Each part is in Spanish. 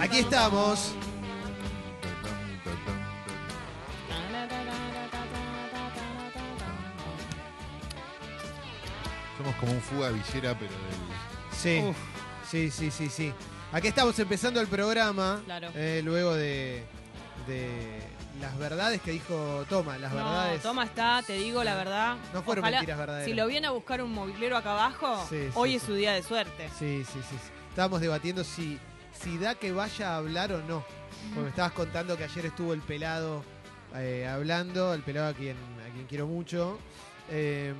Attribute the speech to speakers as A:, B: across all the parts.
A: Aquí estamos.
B: Somos como un fuga villera, pero del-
A: Sí.
C: Uf.
A: Sí, sí, sí, sí. Aquí estamos empezando el programa.
C: Claro.
A: eh, luego de, de las verdades que dijo Toma. Las
C: No,
A: verdades.
C: toma está, te digo la verdad.
A: No fueron
C: Ojalá-
A: mentiras verdaderas.
C: Si lo viene a buscar un movilero acá abajo,
A: Sí, sí,
C: hoy
A: sí.
C: es su día de suerte.
A: Sí, sí, sí. sí. Estábamos debatiendo si, si da que vaya a hablar o no. Porque me estabas contando que ayer estuvo el pelado eh, hablando, el pelado a quien, a quien quiero mucho. eh,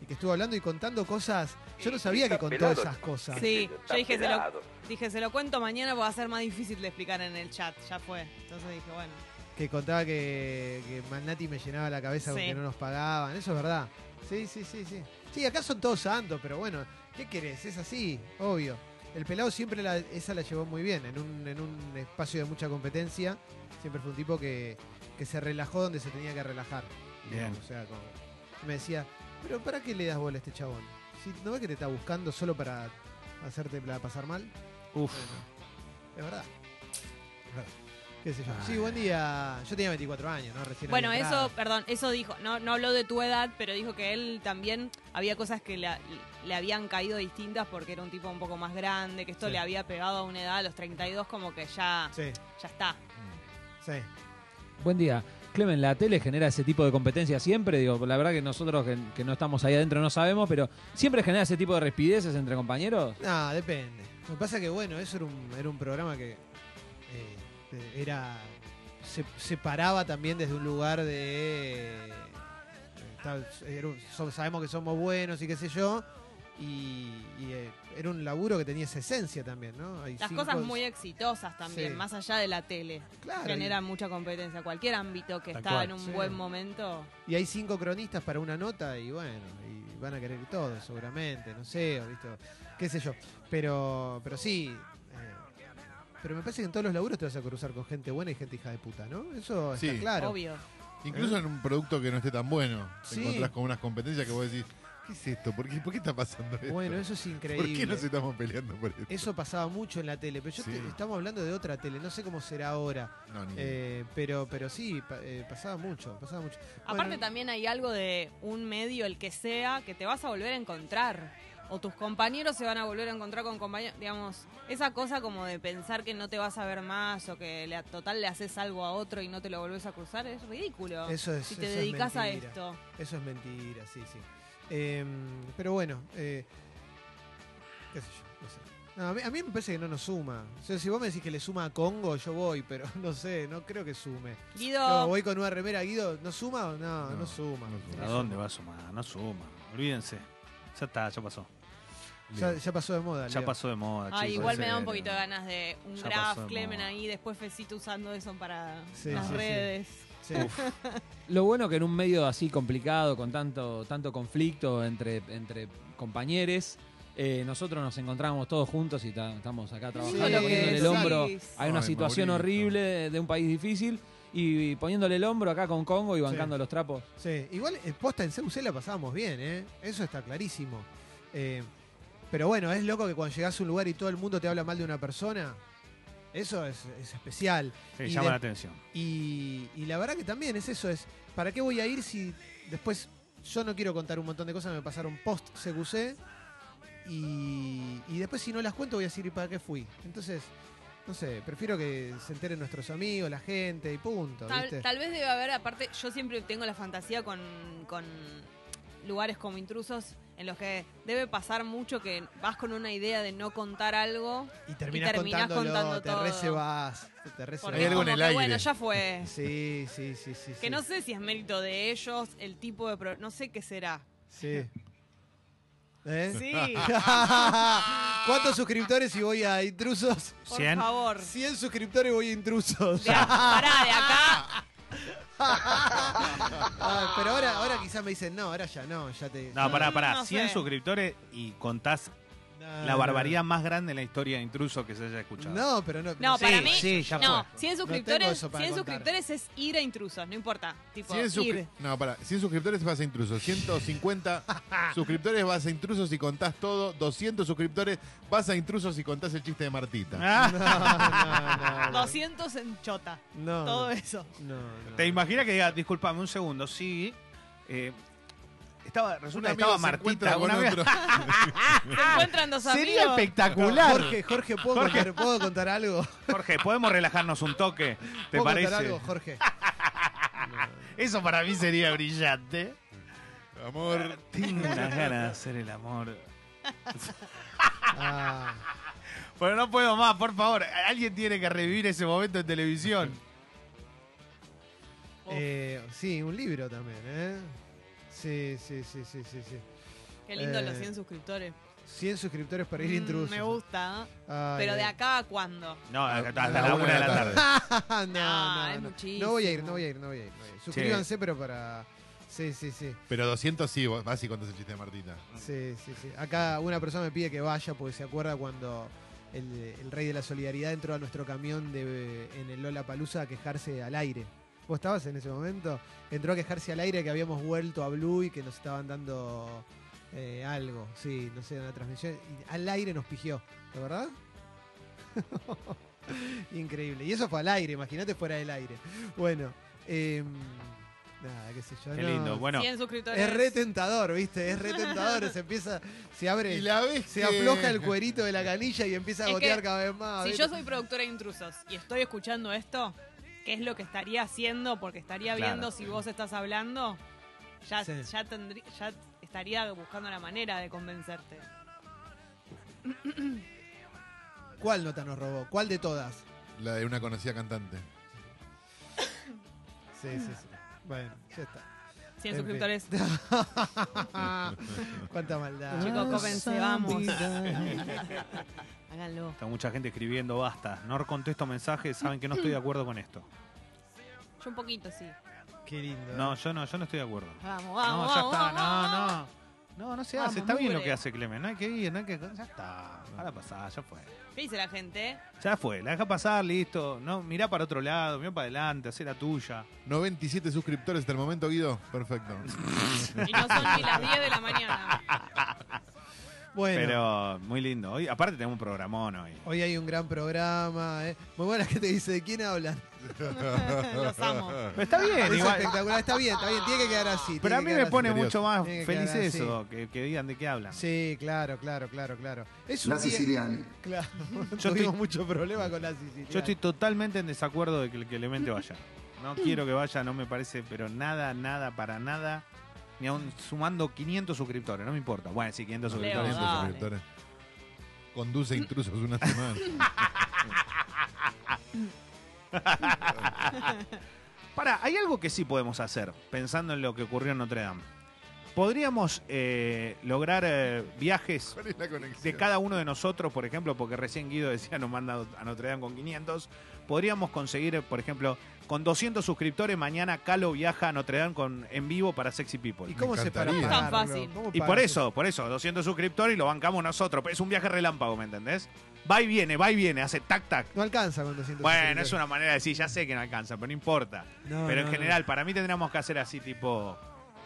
A: y que estuvo hablando y contando cosas. Yo no sabía que contó
D: Pelado.
A: esas cosas.
C: Sí,
D: Está
C: yo dije se, lo,
D: pelado.
C: dije, se lo cuento mañana, va a ser más difícil de explicar en el chat. Ya fue. Entonces dije, bueno.
A: Que contaba que, que Malnati me llenaba la cabeza
C: Sí.
A: porque no nos pagaban. Eso es verdad. Sí, sí, sí, sí. Sí, acá son todos santos, pero bueno, ¿qué querés? Es así, obvio. El pelado siempre la- esa la llevó muy bien. En un, en un espacio de mucha competencia, siempre fue un tipo que, que se relajó donde se tenía que relajar.
E: Bien.
A: O sea, como. Me decía, pero ¿para qué le das bola a este chabón? Si, ¿No ves que te está buscando solo para hacerte pla- pasar mal?
E: Uf.
A: Es verdad. Es verdad. ¿Qué sé yo? Sí, buen día. Yo tenía 24 años, ¿no? Recién
C: Bueno,
A: había
C: eso,
A: entrado.
C: perdón, eso dijo, no, no habló de tu edad, pero dijo que él también había cosas que la- le habían caído distintas porque era un tipo un poco más grande, que esto
A: Sí.
C: le había pegado a una edad, a los 32, como que ya,
A: Sí,
C: ya está.
A: sí.
F: Buen día. Clemen, la tele genera ese tipo de competencia siempre. Digo, la verdad que nosotros que, que no estamos ahí adentro no sabemos, pero siempre genera ese tipo de respideces entre compañeros.
A: No, depende. Lo que pasa que, bueno, eso era un, era un programa que eh, eh, era. Se, se paraba también desde un lugar de. eh, tal- era un- so- sabemos que somos buenos y qué sé yo. Y, y, eh, era un laburo que tenía esa esencia también, ¿no? Hay
C: Las
A: cinco-
C: cosas muy exitosas también,
A: Sí.
C: más allá de la tele,
A: Claro,
C: generan mucha competencia. Cualquier ámbito que
E: Tal
C: está
E: cual.
C: en un
A: Sí.
C: buen momento,
A: Y hay cinco cronistas para una nota y bueno, y van a querer todo seguramente, no sé, o listo, qué sé yo. Pero, pero sí. eh, pero me parece que en todos los laburos te vas a cruzar con gente buena y gente hija de puta, ¿no? Eso está
B: Sí.
A: claro.
C: obvio.
B: Incluso en un producto que no esté tan bueno,
A: ¿Eh?
B: te
A: Sí.
B: encontrás con unas competencias que vos decís, ¿qué es esto? ¿Por qué, por qué está pasando esto?
A: Bueno, eso es
B: ¿Por
A: increíble.
B: qué nos estamos peleando por esto?
A: Eso pasaba mucho en la tele, pero yo te-
B: Sí. Mm.
A: estamos hablando de otra tele, no sé cómo será ahora.
B: No, ni
A: Eh, pero, pero sí, pa- eh, pasaba mucho, pasaba mucho.
C: Aparte
A: Bueno,
C: también hay algo de un medio, el que sea, que te vas a volver a encontrar. O tus compañeros se van a volver a encontrar con compañeros. Digamos, esa cosa como de pensar que no te vas a ver más o que le, total le haces algo a otro y no te lo volvés a cruzar es ridículo.
A: Eso es,
C: si te
A: eso es
C: dedicas a
A: mentira.
C: esto.
A: Eso es mentira, sí, sí. Eh, pero bueno, eh, qué sé yo, no sé. No, a, mí, a mí me parece que no nos suma. O sea, si vos me decís que le suma a Congo, yo voy, pero no sé, no creo que sume.
C: Guido,
A: No, voy con una remera, Guido, ¿no suma o no? No,
B: No,
A: suma.
B: no suma.
E: ¿A dónde va a sumar? No suma. Olvídense. Ya está, ya pasó.
A: Ya,
B: Leo.
A: ya pasó de moda.
E: Ya
A: Leo.
E: pasó de moda,
C: Ay,
E: Ah, chicos,
C: igual
E: en
C: me da un
E: serio.
C: poquito de ganas de un
E: Ya pasó
C: graph,
E: de
C: Clemen
E: moda.
C: ahí, después Fecito usando eso para
A: Sí,
C: las
A: sí, sí.
C: redes.
A: Sí.
F: Lo bueno que en un medio así complicado, con tanto, tanto conflicto entre, entre compañeros, eh, nosotros nos encontramos todos juntos y ta- estamos acá trabajando,
A: Sí,
F: poniéndole el
A: sí.
F: hombro. Hay una
B: Ay,
F: situación
B: Maurito.
F: horrible de, de un país difícil y, poniéndole el hombro acá con Congo y bancando los trapos.
A: Sí, igual eh, posta en CUC la pasábamos bien, ¿eh? Eso está clarísimo. Eh, pero bueno, es loco que cuando llegás a un lugar y todo el mundo te habla mal de una persona, eso es, es especial.
E: Sí,
A: Y
E: llama
A: de-
E: la atención.
A: Y, y la verdad que también es eso, es ¿para qué voy a ir si después yo no quiero contar un montón de cosas, me pasaron post CQC y, y después si no las cuento voy a decir "¿Y para qué fui? Entonces, no sé, prefiero que se enteren nuestros amigos, la gente y punto, ¿viste?
C: Tal, tal vez debe haber, aparte, yo siempre tengo la fantasía con, con lugares como intrusos en los que debe pasar mucho que vas con una idea de no contar algo.
A: y terminás,
C: y terminás
A: contándolo,
C: contando
A: te
C: todo.
A: recebas, te
C: Porque
B: Hay
C: es
B: algo
A: recebas.
B: en
C: como
B: el
C: que,
B: aire.
C: bueno, ya fue.
A: Sí, sí, sí, sí.
C: Que
A: sí.
C: no sé si es mérito de ellos, el tipo de... pro- no sé qué será.
A: Sí. ¿Eh?
C: Sí,
A: ¿Cuántos suscriptores y voy a intrusos?
C: por
E: 100.
C: favor.
A: 100 suscriptores voy a intrusos.
C: De a- pará, de acá.
A: Ah, pero ahora, ahora quizás me dicen, no, ahora ya no, ya te.
E: No, pará, pará.
C: no
E: 100
C: sé.
E: suscriptores y contás
A: Ah, No,
E: La
A: no,
E: barbaridad más grande en la historia de intruso que se haya escuchado.
A: No, pero no.
C: No,
A: sí.
C: para mí-
D: Sí, ya
C: No,
D: fue.
C: 100
A: tengo
C: suscriptores,
A: eso para
C: 100
A: contar.
C: suscriptores es ir a intrusos, no importa. Tipo,
B: 100 suscri-
C: ir.
B: no, para, 100 suscriptores vas a intrusos, 150 suscriptores vas a intrusos y contás todo, 200 suscriptores vas a intrusos y contás el chiste de Martita.
E: Ah,
A: No, no, no, no.
C: 200 en chota,
A: Ah. No,
C: todo eso.
A: no, no.
E: ¿Te imaginas que diga, disculpame un segundo, sí? eh, estaba,
B: Un
E: resulta que
B: amigo
E: estaba
B: se encuentra
E: Martita.
B: con
E: una amiga-
B: otro.
C: Se encuentran dos
D: Sería
C: amigos.
D: espectacular.
A: Jorge, Jorge, ¿puedo,
E: Jorge.
A: Contar, ¿puedo contar algo?
E: Jorge, ¿podemos relajarnos un toque? ¿Te
A: ¿Puedo
E: parece?
A: contar algo, Jorge?
E: Eso para mí sería brillante.
B: Amor,
E: Tengo unas ganas de hacer el amor.
A: Ah,
E: Bueno, no puedo más, por favor. Alguien tiene que revivir ese momento en televisión.
C: Oh,
A: eh, sí, un libro también, ¿eh? Sí, sí, sí, sí, sí. sí.
C: Qué lindo
A: Eh,
C: los 100 suscriptores.
A: 100 suscriptores para ir
C: Mm,
A: intrusos.
C: Me gusta. ¿eh?
A: Ay,
C: Pero de
A: ay.
C: acá a cuándo.
E: No, hasta, hasta
B: A
E: la, una de la tarde.
A: no,
C: No,
A: no,
C: es
A: no.
C: muchísimo.
A: No voy a ir, no voy a ir, no voy a ir. no voy a ir. Suscríbanse, pero para. Sí, sí, sí.
B: Pero 200 sí, vos vas y contás el chiste de Martita.
A: Sí, sí, sí. Acá una persona me pide que vaya porque se acuerda cuando el, el rey de la solidaridad entró a nuestro camión de, en el Lola Palusa a quejarse al aire. ¿Vos estabas en ese momento? Entró a quejarse al aire que habíamos vuelto a Blue y que nos estaban dando eh, algo. Sí, no sé, una transmisión. Y al aire nos pigió, ¿de verdad? Increíble. Y eso fue al aire, imagínate fuera del aire. Bueno, em, nada, qué sé yo.
E: Qué
A: no,
E: lindo. Bueno,
C: 100 suscriptores.
A: es re tentador, ¿viste? Es re tentador. se empieza, se abre,
B: Y la vez
A: se
B: que-
A: afloja el cuerito de la canilla y empieza a
C: Es
A: gotear
C: que
A: cada vez más.
C: Si
A: ¿viste?
C: yo soy productora de intrusos y estoy escuchando esto, ¿qué es lo que estaría haciendo? Porque estaría
E: Claro.
C: viendo si vos estás hablando. Ya,
A: Sí.
C: ya, tendrí- ya estaría buscando la manera de convencerte.
A: ¿Cuál nota nos robó? ¿Cuál de todas?
B: La de una conocida cantante.
A: Sí, sí, sí. Bueno, ya está.
C: 100
A: En
C: suscriptores.
A: fin. Cuánta maldad.
C: Chicos, cópense, vamos. Háganlo.
E: está mucha gente escribiendo, basta. No contesto mensajes, saben que no estoy de acuerdo con esto.
C: Yo un poquito, sí.
A: Qué lindo. ¿eh?
E: No, yo no, yo no estoy de acuerdo.
C: Vamos,
E: No,
C: Ah, vamos,
E: ya
C: vamos,
E: está,
C: vamos,
E: no,
C: vamos.
E: no. No, no se
C: Vamos,
E: hace. Está bien
C: mugre.
E: lo que hace Clemen. No hay que ir, no hay que. Ya está. Ahora pasá, ya fue.
C: ¿Qué dice la gente?
E: Ya fue, la deja pasar, listo. No, mirá para otro lado, mirá para adelante, hacé la tuya.
B: 97 suscriptores hasta el momento, Guido. Perfecto.
C: Y no son ni las 10 de la mañana.
A: Bueno.
E: Pero muy lindo. Hoy, aparte tenemos un programón hoy.
A: Hoy hay un gran programa. ¿eh? Muy buena gente dice, ¿de quién hablan?
C: Los amo.
E: Pero está bien,
A: Es
E: igual.
A: espectacular. Está bien, está bien. Tiene que quedar así. tiene
E: Pero a
A: que
E: mí
A: quedar
E: me
A: así.
E: pone
B: misterioso.
E: mucho más
A: Tiene que
E: feliz
A: quedar así.
E: eso, que, que digan de qué hablan.
A: Sí, claro, claro, claro, claro. Es un
G: La
A: día-
G: Siciliani.
A: Claro.
E: Yo
A: Tuvimos
E: estoy-
A: mucho problema con la Sicilia.
E: Yo estoy totalmente en desacuerdo de que el que Clemente vaya. No quiero que vaya, no me parece, pero nada, nada, para nada. Ni aun sumando 500 suscriptores, no me importa. Bueno, sí, 500
C: Leo,
E: suscriptores.
B: 200
C: dale.
B: suscriptores. Conduce intrusos una semana.
E: Para, hay algo que sí podemos hacer, pensando en lo que ocurrió en Notre Dame. Podríamos eh, lograr eh, viajes
B: ¿Cuál es la conexión?
E: de cada uno de nosotros, por ejemplo, porque recién Guido decía nos manda a Notre Dame con 500, podríamos conseguir, eh, por ejemplo, con 200 suscriptores, mañana Calo viaja a Notre Dame con, en vivo para Sexy People.
A: ¿Y
E: Y,
A: cómo se para
B: encantaría.
C: No es tan
A: pagarlo?
C: fácil.
A: ¿Cómo
E: por
A: pagas
E: eso, por eso, 200 suscriptores y lo bancamos nosotros. Es un viaje relámpago, ¿me entendés? Va y viene, va y viene, hace tac tac.
A: No alcanza con 200
E: Bueno, es una manera de decir, ya sé que no alcanza, pero no importa.
A: No,
E: pero
A: no,
E: en
A: no.
E: general, para mí tendríamos que hacer así, tipo.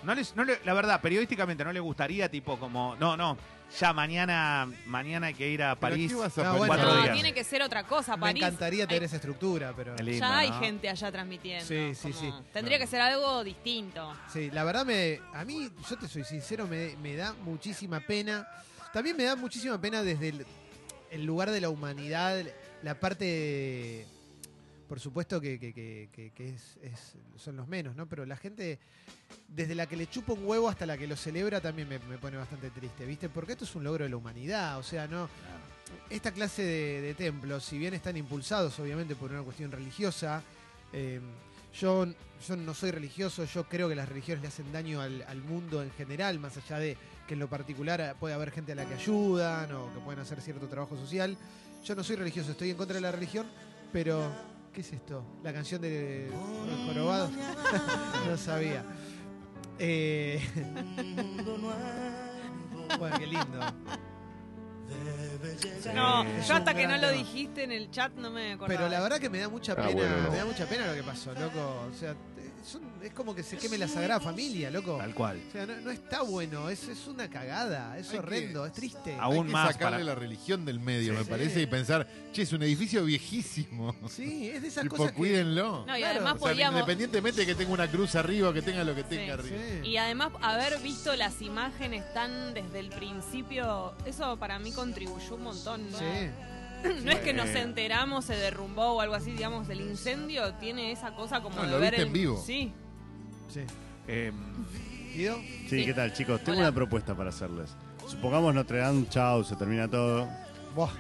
E: No les, no le- la verdad, periodísticamente no le gustaría, tipo, como, no, no, ya mañana, mañana hay que ir a
B: ¿Pero
E: París.
B: qué vas a
A: No,
B: poner?
A: bueno,
E: Cuatro
C: No,
E: días.
C: tiene que ser otra cosa,
A: Me
C: París.
A: encantaría tener
C: Ay,
A: esa estructura, pero...
E: Qué lindo,
C: ya hay
E: ¿no?
C: gente allá transmitiendo.
A: Sí, sí,
C: como-
A: sí.
C: Tendría que ser algo distinto.
A: Sí, la verdad me... A mí, yo te soy sincero, me, me da muchísima pena. También me da muchísima pena desde el, el lugar de la humanidad, la parte... por supuesto que, que- que- que- que es- es- son los menos, ¿no? Pero la gente, desde la que le chupa un huevo hasta la que lo celebra, también me, me pone bastante triste, ¿viste? Porque esto es un logro de la humanidad, o sea, no... Esta clase de, de templos, si bien están impulsados obviamente por una cuestión religiosa, eh, yo, yo no soy religioso, yo creo que las religiones le hacen daño al, al mundo en general, más allá de que en lo particular eh, puede haber gente a la que ayudan o que pueden hacer cierto trabajo social. Yo no soy religioso, estoy en contra de la religión, pero ¿qué es esto? La canción de Los Jorobados. no sabía. Eh, bueno, qué lindo.
C: No,
A: Es
C: yo
A: un
C: hasta que no
A: gran
C: lo
A: tema.
C: dijiste en el chat no me acordaba.
A: Pero la verdad que me da mucha
D: Ah,
A: pena,
D: bueno, no.
A: me da mucha pena lo que pasó, loco. O sea, es, un- es como que se queme la Sagrada Familia, loco.
E: Tal cual.
A: O sea, no, no está bueno, es, es una cagada, es
B: Hay que-
A: horrendo, es triste.
E: Au- Aún
B: Hay que
E: más
B: sacarle
E: para-
B: la religión del medio,
E: Sí,
B: me
E: sí.
B: parece, y pensar, che, es un edificio viejísimo.
A: Sí, es de esas
B: Tipo,
A: cosas que...
B: cuídenlo.
C: No, y
A: Claro,
C: además
B: O sea,
C: podíamos.
B: independientemente de que tenga una cruz arriba, que tenga lo que tenga
A: Sí.
B: arriba.
C: Y además haber visto las imágenes tan desde el principio, eso para mí contribuyó un montón. ¿no?
A: Sí.
C: No es que
E: Bueno.
C: nos enteramos, se derrumbó o algo así, digamos, el incendio tiene esa cosa como
B: No,
C: de
B: lo
C: ver
B: viste
C: el...
B: en vivo.
C: Sí.
A: Sí.
E: Eh,
A: ¿Guido?
D: Sí, ¿qué tal, chicos? Tengo
C: Hola.
D: una propuesta para hacerles. Supongamos Notre Dame, chao, se termina todo.
A: Buah,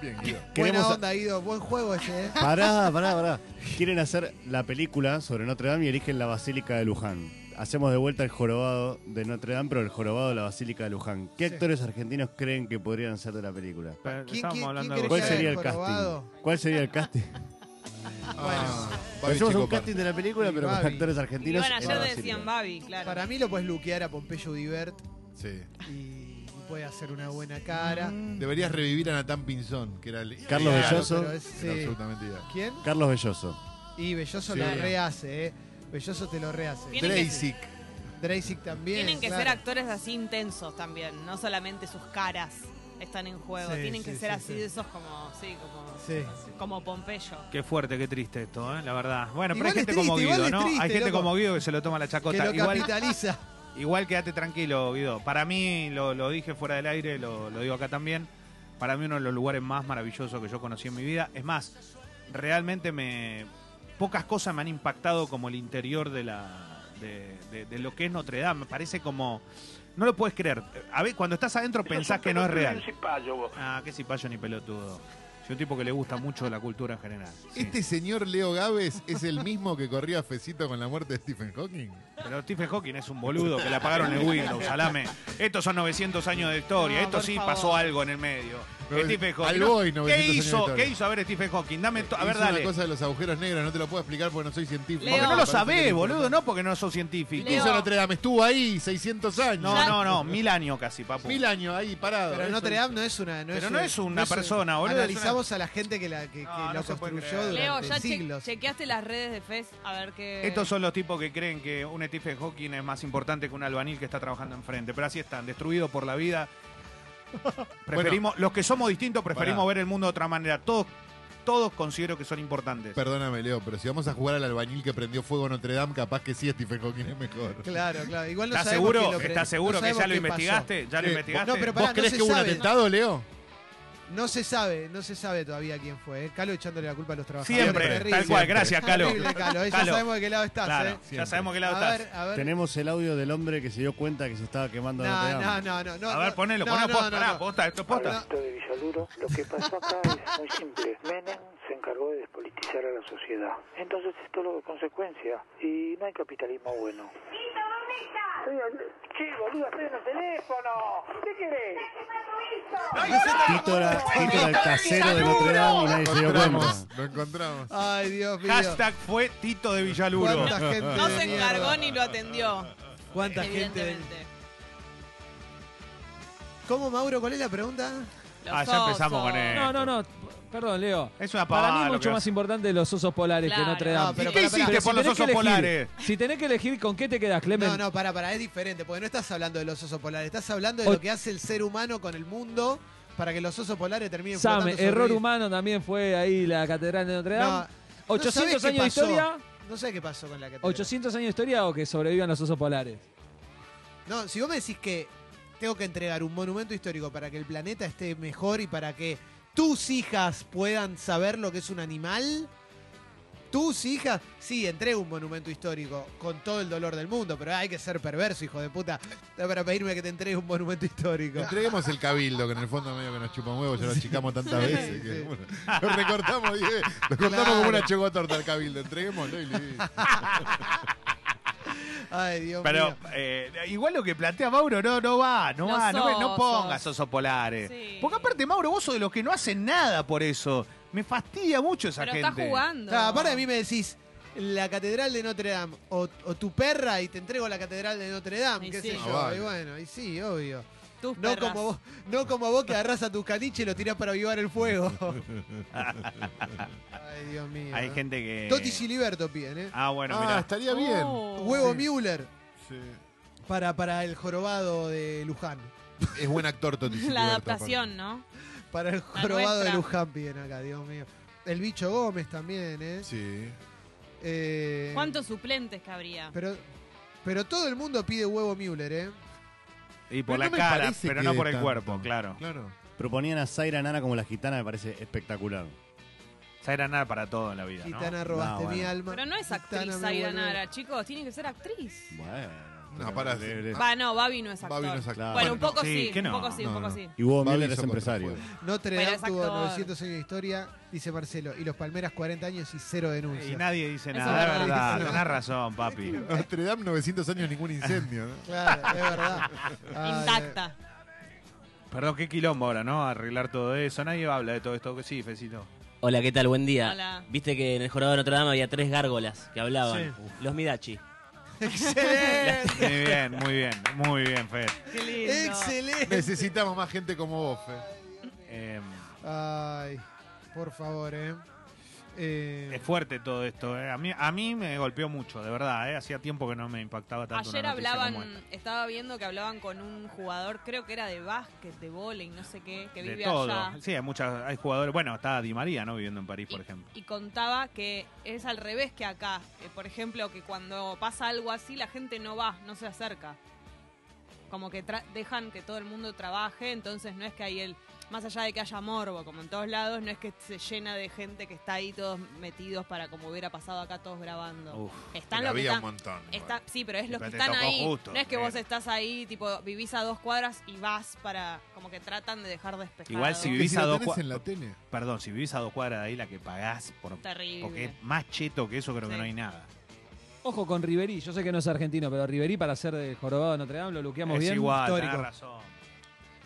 B: Bien, Guido.
A: Buena
D: Queremos-
A: onda, Guido. Buen juego ese, ¿eh?
D: Pará, pará, pará. Quieren hacer la película sobre Notre Dame y eligen la Basílica de Luján. Hacemos de vuelta el jorobado de Notre Dame, pero el jorobado de la Basílica de Luján. ¿Qué
A: Sí.
D: actores argentinos creen que podrían ser de la película?
E: pero
A: ¿Quién-
E: estábamos
A: quién-
E: hablando
A: quién
E: de
D: ¿Cuál
A: cree que
D: sería
A: el
D: el
A: jorobado?
D: casting? ¿Cuál sería el casting?
B: Ah, Babi
D: Hacemos un
B: Checopar.
D: casting de la película,
A: Y
D: pero con
A: Babi.
D: actores
C: Y
D: argentinos.
C: bueno,
D: en la
C: ayer
D: Basílica.
C: decían Babi, claro.
A: Para mí lo puedes luquear a Pompeyo Udibert
B: Sí.
A: y puede hacer una buena cara.
D: Mm.
B: Deberías revivir a Natán Pinzón, que era el...
D: Carlos
B: Claro,
D: Belloso.
A: pero es-
B: era
A: sí.
B: absolutamente ideal.
A: ¿Quién?
D: Carlos Belloso.
A: Y Belloso
B: Sí.
A: lo rehace, ¿eh? Belloso te lo rehace.
C: Tienen que-
B: Dracic.
A: Dracic también.
C: Tienen que ser
A: claro.
C: actores así intensos también, no solamente sus caras están en juego,
A: Sí,
C: tienen que
A: sí,
C: ser
A: sí,
C: así
A: sí.
C: de esos como, sí, como,
A: Sí.
C: como Pompeyo.
E: Qué fuerte, qué triste esto, ¿eh? la verdad. Bueno,
A: Igual
E: pero hay gente
A: es
E: como
A: triste, igual
E: Guido,
A: es
E: ¿no?
A: triste,
E: hay gente
A: loco.
E: como Guido que se lo toma la
A: Que
E: chacota.
A: lo
E: Igual,
A: capitaliza.
E: igual quédate tranquilo, Guido. Para mí, lo, lo dije fuera del aire, lo, lo digo acá también. Para mí uno de los lugares más maravillosos que yo conocí en mi vida. Es más, realmente me pocas cosas me han impactado como el interior de la de, de- de lo que es Notre Dame. Me parece como no lo puedes creer. A ver, cuando estás adentro pensás que no es real. Ah, qué cipayo ni pelotudo. Soy un tipo que le gusta mucho la cultura en general. Sí.
B: Este señor Leo Gávez es el mismo que corría fecito con la muerte de Stephen Hawking.
E: Pero Stephen Hawking es un boludo que le apagaron el Windows, salame. Estos son 900 años de historia.
C: No,
E: Esto
C: por
E: sí
C: favor.
E: pasó algo en el medio.
B: No,
E: Stephen Hawking.
B: al
E: ¿no?
B: boy,
E: ¿Qué
B: 900 años de
E: hizo?
B: historia.
E: ¿Qué hizo? A ver, Stephen Hawking, dame to- A ver,
B: Hizo
E: dale.
B: una cosa de los agujeros negros, no te lo puedo explicar porque no soy científico.
E: Porque
C: Leo.
E: no lo
B: Parece que
E: sabés,
B: es
E: boludo,
B: importante.
E: no porque no sos científico.
B: ¿Qué hizo
C: Leo.
B: Notre Dame? Estuvo ahí 600 años.
E: No, no, no, mil años casi, papu.
B: Mil años ahí parado.
A: Pero
B: Eso
A: Notre
B: hizo.
A: Dame no es una. No
E: Pero
A: es
E: no es una
A: no
E: persona, boludo, es
A: Analizamos a la gente que, la, que, que
E: No,
A: lo
E: no se puede
A: construyó
E: creer.
A: durante
C: Leo, ya che-
A: siglos.
C: chequeaste las redes de Fez a ver qué...
E: Estos son los tipos que creen que un Stephen Hawking es más importante que un albanil que está trabajando enfrente. Pero así están, destruidos por la vida. Preferimos, los que somos distintos preferimos
B: Pará.
E: ver el mundo de otra manera. Todos, todos considero que son importantes.
B: Perdóname, Leo, pero si vamos a jugar al albañil que prendió fuego a Notre Dame, capaz que sí Stephen Hawking es mejor.
A: Claro, claro. Igual no
E: ¿Estás
A: sabemos
E: seguro?
A: quién lo pre-
E: ¿Estás seguro
A: no
E: que ya
A: sabemos
E: lo
A: quién pasó.
E: investigaste? ¿Ya lo
B: Sí,
E: investigaste?
A: no, pero
B: ¿Vos
A: pará,
B: crees
A: se
B: que hubo un
A: sabe.
B: atentado, Leo?
A: No se sabe, no se sabe todavía quién fue. ¿eh? Calo echándole la culpa a los trabajadores.
E: Siempre,
A: Terrible.
E: tal cual, gracias, Calo.
A: Terrible, Calo. eh, Ya
E: Calo.
A: sabemos de qué lado estás.
E: Claro,
A: ¿eh?
E: ya
B: Siempre.
E: sabemos que lado
A: A
E: estás.
A: ver, a ver.
D: Tenemos el audio del hombre que se dio cuenta que se estaba quemando Notre
A: No,
D: Dame.
A: no, no, no, no.
E: a ver,
A: no,
E: ponelo,
A: no,
E: ponelo,
A: no,
E: posta,
A: no,
E: pará,
A: no.
E: posta, esto es posta.
G: Hablando de Villaluro, lo que pasó acá es muy simple. Menem se encargó de despolitizar a la sociedad. Entonces esto es lo de consecuencia. Y no hay capitalismo bueno. ¿dónde estás? Sí, boludo, estoy en el teléfono. ¿Qué querés?
D: Tito era, Tito era el casero de Notre Dame y nadie se dio cuenta.
B: Encontramos, lo encontramos.
A: Ay, Dios mío.
E: Hashtag fue Tito de Villaluro.
A: ¿Cuánta gente
C: No
A: de
C: se
A: mierda?
C: encargó ni lo atendió,
A: ¿Cuánta gente? de-
C: evidentemente.
A: ¿Cómo, Mauro? ¿Cuál es la pregunta?
C: Los
E: Ah, ya empezamos
C: osos.
E: con él.
F: No, no, no. p- Perdón, Leo.
E: Es una pavada
F: Para mí es
E: lo
F: mucho
E: que
F: más importante los osos polares
C: Claro.
F: que Notre
A: No,
F: Dame.
A: pero
E: ¿Y qué
A: pará, pará.
E: hiciste
A: Pero
E: por los
F: tenés que
E: osos
F: elegir-
E: polares?
F: Si tenés que elegir con qué te quedas, Clemen.
A: No, no, para, para, es diferente, porque no estás hablando de los osos polares, estás hablando de
F: O-
A: lo que hace el ser humano con el mundo para que los osos polares terminen
F: Sam,
A: flotando sobre
F: error
A: el-
F: humano también fue ahí la catedral de Notre
A: No,
F: Dame.
A: no
F: 800
A: sabés qué
F: años de
A: pasó.
F: historia.
A: No sé qué pasó con la catedral.
F: 800 años de historia o que sobrevivan los osos polares.
A: No, si vos me decís que tengo que entregar un monumento histórico para que el planeta esté mejor y para que tus hijas puedan saber lo que es un animal, tus hijas, sí, entrego un monumento histórico con todo el dolor del mundo, pero hay que ser perverso, hijo de puta, para pedirme que te entregue un monumento histórico.
B: Entreguemos el cabildo, que en el fondo medio que nos chupa un huevo, ya lo achicamos tantas
A: Sí,
B: veces. que,
A: sí.
B: bueno, lo recortamos, y, eh, lo cortamos
A: Claro.
B: como una chocotorta al cabildo. Entreguémoslo y listo.
A: Ay, Dios
E: Pero
A: mío.
E: eh, igual lo que plantea Mauro no, no va, no
C: Los
E: va, no, me- no
C: osos.
E: pongas osos polares.
C: Sí.
E: Porque aparte, Mauro, vos sos de los que no hacen nada por eso. Me fastidia mucho esa
C: Pero
E: gente.
C: está jugando.
A: Claro, aparte a mí me decís la catedral de Notre Dame o, o tu perra y te entrego la catedral de Notre Dame,
C: Y
A: qué
C: sí.
A: sé
B: Ah,
A: yo.
B: vale.
A: Y bueno, y sí, obvio.
C: Tus
A: No
C: perras.
A: como, vos, no como vos que agarrás a tu caniche y lo tirás para avivar el fuego. Ay, Dios mío.
E: Hay
A: ¿no?
E: gente que.
A: Totti Siliberto piden, ¿eh?
E: Ah, bueno,
B: ah,
E: mirá.
B: estaría bien.
C: Oh.
A: Huevo Müller
B: Sí.
A: para, para el jorobado de Luján.
B: Es buen actor, Toti. Siliberto,
C: La adaptación, ¿no?
A: Para el jorobado de
C: nuestra.
A: Luján piden acá, Dios mío. El bicho Gómez también, ¿eh?
B: aparte. Sí.
A: Eh,
C: ¿Cuántos suplentes que habría?
A: Pero, pero todo el mundo pide huevo Müller, ¿eh?
E: Y
B: Pero
E: por la
B: no me
E: cara,
B: parece
E: pero
B: que
E: no por el
B: tanto.
E: cuerpo, claro.
B: Claro.
D: Proponían a Zaira Nana como la gitana, me parece espectacular.
E: Zaira Nara para todo en la vida, ¿no?
A: Gitana, robaste
D: No, bueno.
A: mi alma.
C: Pero no es actriz
A: Gitana, me
C: Zaira
A: vuelve-
C: Nara, chicos. Tiene que ser actriz.
D: Bueno.
B: No, pará.
D: Le- le-
B: Ah,
C: Va, no, Babi no es actor.
B: Babi no es actor.
D: Claro.
C: Bueno, un poco
E: Sí,
C: sí,
E: que
C: un
E: no.
C: poco sí, un
B: No,
C: poco
B: no.
C: sí.
D: Y Hugo
B: Babi
D: Miller
B: hizo
D: es empresario.
B: contrafuego.
A: Notre
C: Pero
A: Dame
C: es
A: tuvo
C: actor.
A: 900 años de historia, dice Marcelo, y los Palmeras 40 años y cero denuncias.
E: Y nadie dice
C: Eso
E: nada,
C: es
E: es
A: verdad.
E: verdad. Tenés razón, papi.
B: Notre Dame, 900 años, ningún incendio. ¿no?
A: Claro, es verdad. Ay,
C: Intacta.
E: Perdón, qué quilombo ahora, ¿no? Arreglar todo eso. Nadie habla de todo esto. que Sí, Fecito.
H: Hola, ¿qué tal? Buen día.
C: Hola.
H: Viste que en el jornado de Notre Dame había tres gárgolas que hablaban.
A: Sí.
H: Los Midachi.
E: Muy bien, muy bien, muy bien, Fe.
C: Qué lindo.
A: Excelente.
B: Necesitamos más gente como vos, Fe.
E: Eh,
A: Ay, por favor, eh. Eh,
E: es fuerte todo esto. eh. A, mí, a mí me golpeó mucho, de verdad. eh. Hacía tiempo que no me impactaba tanto.
C: Ayer
E: una noticia
C: hablaban,
E: como esta.
C: estaba viendo que hablaban con un jugador, creo que era de básquet, de volei, no sé qué, que
E: de
C: vive
E: todo.
C: allá.
E: Sí, hay, muchas, hay jugadores. Bueno, está Di María, ¿no? Viviendo en París, por ejemplo.
C: Y contaba que es al revés que acá. Eh, por ejemplo, que cuando pasa algo así, la gente no va, no se acerca. Como que tra- dejan que todo el mundo trabaje, entonces no es que hay el. Más allá de que haya morbo, como en todos lados, no es que se llena de gente que está ahí todos metidos para como hubiera pasado acá todos grabando.
E: Uf,
C: están
B: Pero
C: los que
B: había un
C: están,
B: montón. igual.
C: Está- sí, pero es los que
E: Pero te
C: están
E: tocó
C: ahí.
E: justo,
C: no es que
E: nena.
C: vos estás ahí, tipo, vivís a dos cuadras y vas para. Como que tratan de dejar despejado.
E: Igual si
B: Que
E: vivís
B: si
E: a
B: lo
E: dos
B: tenés
E: cua-
B: en la tele.
E: Perdón, si vivís a dos cuadras de ahí, la que pagás por.
C: Terrible.
E: Porque es más cheto que eso, creo que
C: Sí.
E: no hay nada.
F: Ojo con Riverí, yo sé que no es argentino, pero Riverí para ser de Jorobado de Notre Dame lo luqueamos
E: es
F: bien.
E: igual, tenés
A: histórico.
E: razón.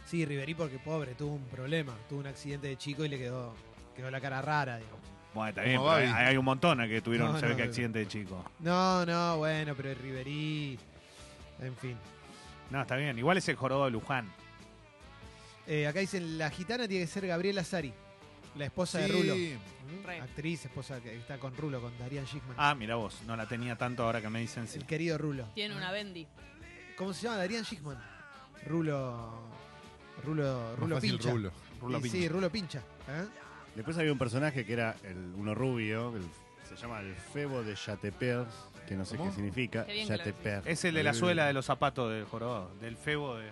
A: sí, Riverí porque pobre, tuvo un problema, tuvo un accidente de chico y le quedó, quedó la cara rara, digamos.
E: Bueno, está bien,
B: Como
E: pero hay,
B: Babi.
E: hay un montón a que tuvieron,
A: No,
E: se ve
A: no,
E: que
A: no.
E: accidente de chico.
A: No, no, bueno, pero Riverí, en fin.
E: No, está bien. Igual es el jorobado de Luján.
A: Eh, acá dicen, la gitana tiene que ser Gabriela Sari, la esposa de
B: Sí.
A: Rulo. Mm,
C: Re.
A: Actriz, esposa que está con Rulo, con Darían Schickman.
E: Ah, mira vos, no la tenía tanto ahora que me dicen sí.
A: El querido Rulo.
C: Tiene una Bendy.
A: ¿Cómo se llama? Darían Schickman. Rulo. Rulo.
B: Más
A: Rulo
B: fácil,
A: Pincha.
B: Rulo.
E: Rulo
A: Y
E: Pinto.
A: Sí, Rulo Pincha. ¿eh?
D: Después había un personaje que era el uno rubio, el- se llama el Febo de Chateper, que no sé
B: ¿Cómo?
D: qué significa.
C: Qué bien que lo
D: Chateper.
E: Es el de la
D: Uy.
E: suela de los zapatos del jorobado, del febo de.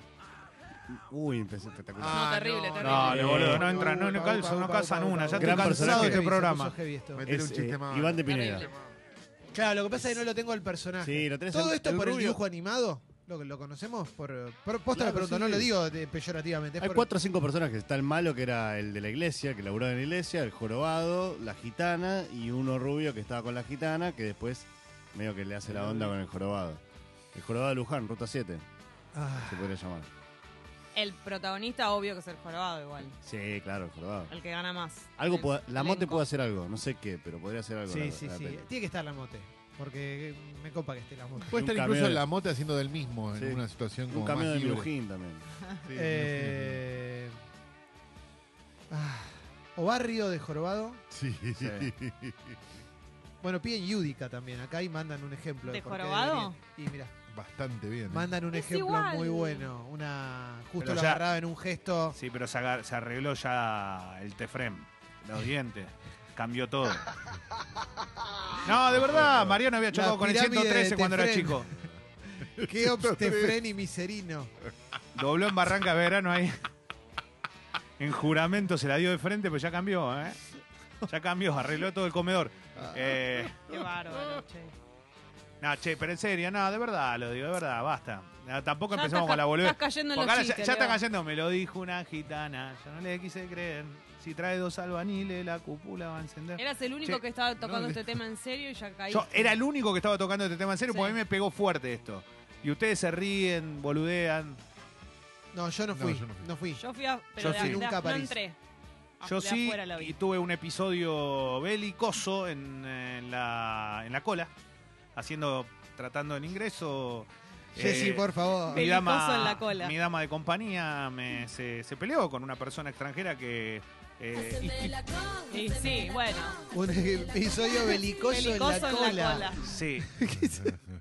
D: Uy, empecé espectacular.
B: Ah,
C: no, terrible,
B: no,
C: terrible.
E: No,
D: Eh,
E: no, boludo, no entran, no, no
A: Upa,
E: calzan,
A: upa,
E: no
A: upa,
E: calzan
A: upa, upa,
E: una. Ya
A: upa.
E: estoy
D: Gran
E: cansado de
D: personaje.
E: este
A: Se puso
E: programa.
A: heavy esto.
B: Metele
D: Es,
B: un chiste
D: eh,
B: más.
D: Iván de Pineda.
C: Terrible.
A: Claro, lo que pasa es que no lo tengo al personaje.
D: Sí, lo tenés
A: Todo
D: al-
A: esto
D: el
A: por el
D: rubio.
A: dibujo animado. Lo, lo conocemos por. por posta
D: Claro,
A: la pregunta,
D: sí.
A: no lo digo de- peyorativamente. es
D: Hay
A: por-
D: cuatro o cinco personas que está el malo, que era el de la iglesia, que laburaba en la iglesia, el jorobado, la gitana y uno rubio que estaba con la gitana, que después medio que le hace la onda con el jorobado. El jorobado de Luján, ruta 7,
A: Ah,
D: se podría llamar.
C: El protagonista, obvio que es el jorobado, igual.
D: Sí, claro, el jorobado.
C: El que gana más.
D: Algo
C: El
D: puede- la mote
C: elenco.
D: puede hacer algo, no sé qué, pero podría hacer algo.
A: sí,
D: la-
A: sí,
D: la
A: sí.
D: peli.
A: Tiene que estar la mote. Porque me copa que esté la mote.
B: Puede
D: Un
B: estar
D: cameo
B: incluso
D: de-
B: en la moto haciendo del mismo
D: Sí.
B: en una situación como
D: Un cameo
B: más
D: de
B: libre.
D: Minujín también.
B: Sí,
A: Eh, ah, o Barrio de Jorobado.
B: Sí.
A: Bueno, piden Yudica también acá y mandan un ejemplo.
C: ¿De
A: por qué
C: jorobado?
A: debería- Y mira,
B: Bastante bien. ¿eh?
A: mandan un
C: Es
A: ejemplo
C: igual.
A: muy bueno. Una justo
E: Pero
A: lo
E: ya-
A: agarraba en un gesto.
E: Sí, pero se, agar- se arregló ya el tefrem, los dientes. Cambió todo. No, de verdad, Mariano había chocado
A: La
E: con el
A: pirámide
E: 113
A: de
E: cuando era
A: Tefrem.
E: chico.
A: Keops, Tefren y Miserino.
E: Dobló en Barranca de Verano ahí. En juramento se la dio de frente, pero ya cambió, ¿eh? Ya cambió, arregló todo el comedor.
A: Ah.
E: Eh,
C: Qué bárbaro, che.
E: no, che, pero en serio, no, de verdad, lo digo, de verdad, basta. No, tampoco
C: Ya
E: empezamos
C: estás
E: con la
C: ca-
E: volver.
C: estás cayendo en los
E: ahora ya-
C: chistes,
E: ya, está
C: Leo.
E: cayendo, me lo dijo una gitana, yo no le quise creer. Si trae dos albaniles, la cúpula va a encender.
C: Eras el único
E: Che,
C: que estaba tocando
E: no,
C: este tema en serio y ya caí.
E: Yo era el único que estaba tocando este tema en serio,
C: Sí.
E: porque a mí me pegó fuerte esto. Y ustedes se ríen, boludean.
A: No, yo no
B: No,
A: fui.
B: yo
A: no
B: no
A: fui.
B: fui.
C: Yo fui a. Pero
E: Yo
C: de,
E: sí.
C: de-
A: Nunca a
C: no
A: París.
C: entré. A-
E: Yo
C: Ah, de
E: sí,
C: afuera la vi.
E: y tuve un episodio belicoso en, eh, en la, en la cola, haciendo, tratando el ingreso.
A: Jessy,
E: Eh,
A: por favor.
E: mi
C: Belicoso
E: dama,
C: en la cola.
E: mi dama de compañía me- se, se peleó con una persona extranjera que... eh, y-
C: Y sí, bueno.
A: Un episodio belicoso,
C: Belicoso en la cola.
E: sí.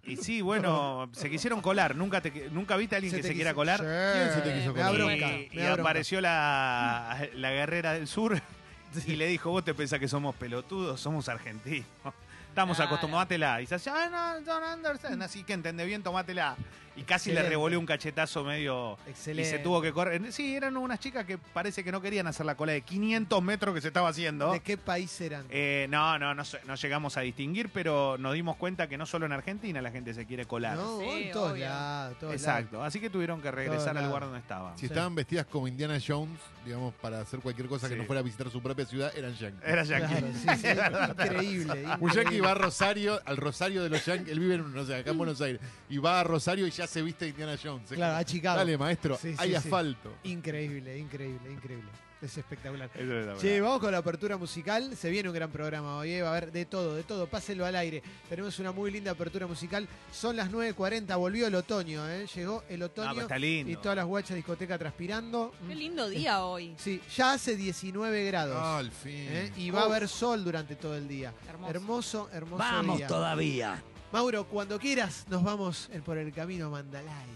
E: y sí, bueno, se quisieron colar. Nunca, te, nunca viste a alguien que
A: te
E: se quiera
A: quiso-
E: colar.
B: ¿Quién se te quiso
A: Me da
B: colar?
A: bronca.
E: y,
A: me
E: y
A: da bronca.
E: apareció la, la guerrera del sur y le dijo, vos te pensás que somos pelotudos, somos argentinos. Estamos
C: Claro.
E: acostumbrados, tomátela. Y dice, ah, no, don't understand. Así que entendé bien, tomátela. Y casi le
A: Excelente.
E: revolvió un cachetazo medio...
A: Excelente.
E: Y se tuvo que correr. Sí, eran unas chicas que parece que no querían hacer la cola de 500 metros que se estaba haciendo.
A: ¿De qué país eran?
E: Eh, no, no, no, sé, no llegamos a distinguir, pero nos dimos cuenta que no solo en Argentina la gente se quiere colar.
A: no,
C: Sí,
A: en todos
C: obvio.
A: lados. todos
E: Exacto. Así que tuvieron que regresar al
A: lados.
E: lugar donde estaban.
B: Si estaban vestidas como Indiana Jones, digamos, para hacer cualquier cosa que
E: Sí.
B: no fuera a visitar su propia ciudad, eran yankees.
E: Era
A: lados.
E: yankee.
A: Claro, sí, sí, increíble.
B: Un yankee
A: increíble.
B: va a Rosario, al Rosario de los yankees, él vive en, no sé, acá en Buenos Aires, y va a Rosario y ya se viste Indiana Jones. Es
A: Claro,
B: como,
A: a Chicago.
B: Dale, maestro,
A: Sí, sí,
B: hay
A: sí.
B: asfalto.
A: Increíble, increíble, increíble. Es espectacular.
E: Eso es la verdad.
A: Che, vamos con la apertura musical. Se viene un gran programa hoy, eh. va a haber de todo, de todo. Páselo al aire. Tenemos una muy linda apertura musical. Son las 9.40, volvió el otoño, eh. Llegó el
E: No, pero
A: otoño
E: está
A: y
E: lindo.
A: todas las guachas discoteca transpirando. Mm.
C: Qué lindo día hoy.
A: Sí, ya hace 19 grados.
B: Ah, al fin.
A: eh, Y va a haber sol durante todo el día.
C: Hermoso.
A: Hermoso, hermoso día.
H: todavía.
A: Mauro, cuando quieras, nos vamos en- por el camino a Mandalay.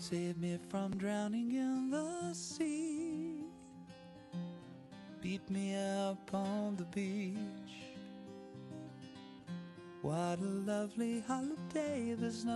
I: Save me from drowning in the sea. Beat me up on the beach. What a lovely holiday. There's nothing.